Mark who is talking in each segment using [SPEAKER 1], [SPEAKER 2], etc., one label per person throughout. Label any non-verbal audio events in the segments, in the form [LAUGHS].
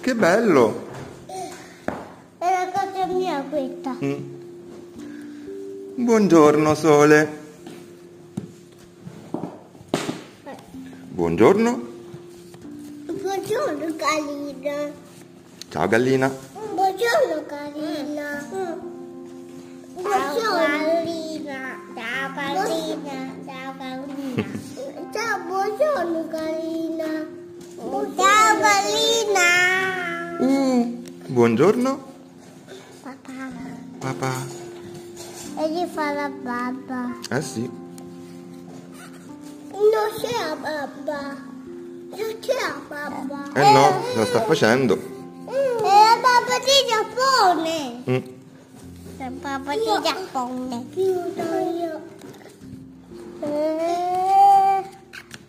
[SPEAKER 1] Che bello!
[SPEAKER 2] È la cosa mia questa.
[SPEAKER 1] Buongiorno sole. Buongiorno.
[SPEAKER 2] Buongiorno Carina.
[SPEAKER 1] Ciao gallina.
[SPEAKER 2] Buongiorno Carina. Buongiorno Carina. Ciao Carina. Ciao Carina. Ciao, buongiorno Carina. Ciao Carina.
[SPEAKER 1] Uh, buongiorno.
[SPEAKER 2] Papà.
[SPEAKER 1] Papà.
[SPEAKER 2] E gli fa la babba.
[SPEAKER 1] Eh sì.
[SPEAKER 2] Non c'è la babba. Non c'è la babba.
[SPEAKER 1] Eh no, se lo sta facendo.
[SPEAKER 2] È la babba di Giappone.
[SPEAKER 1] Mm. [LAUGHS]
[SPEAKER 2] La babba di Giappone. Chiudo io. Eh,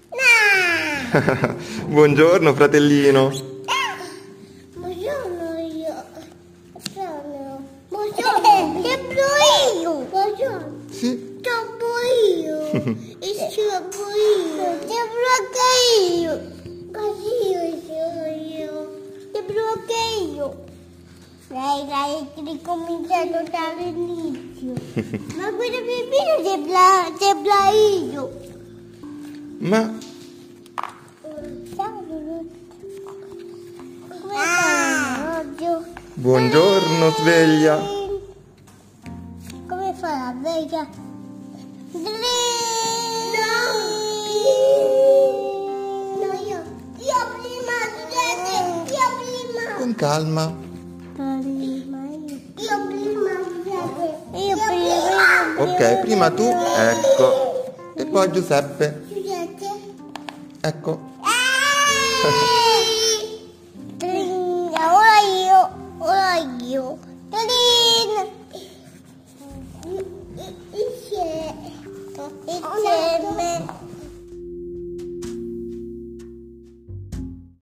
[SPEAKER 2] no.
[SPEAKER 1] Buongiorno fratellino.
[SPEAKER 2] Buongiorno io. Buongiorno. Buongiorno. Sembro io. Buongiorno.
[SPEAKER 1] Sì.
[SPEAKER 2] Sembro io. E sembro io. Sembro anche io. Così io sono io. Sembro anche io. Dai, dai, ricominciando dall'inizio. Ma quello bambino sembra, sembra io.
[SPEAKER 1] Ma
[SPEAKER 2] Ah.
[SPEAKER 1] buongiorno sveglia.
[SPEAKER 2] Come fa la veglia? No, io. Io prima, scusate, io prima.
[SPEAKER 1] Con calma.
[SPEAKER 2] Prima io. Io prima, scusate. Io prima.
[SPEAKER 1] Ok, prima tu, ecco. E poi Giuseppe.
[SPEAKER 2] Scusate.
[SPEAKER 1] Ecco.
[SPEAKER 2] Trin, ora io, ora io. Trin. Insieme. Insieme.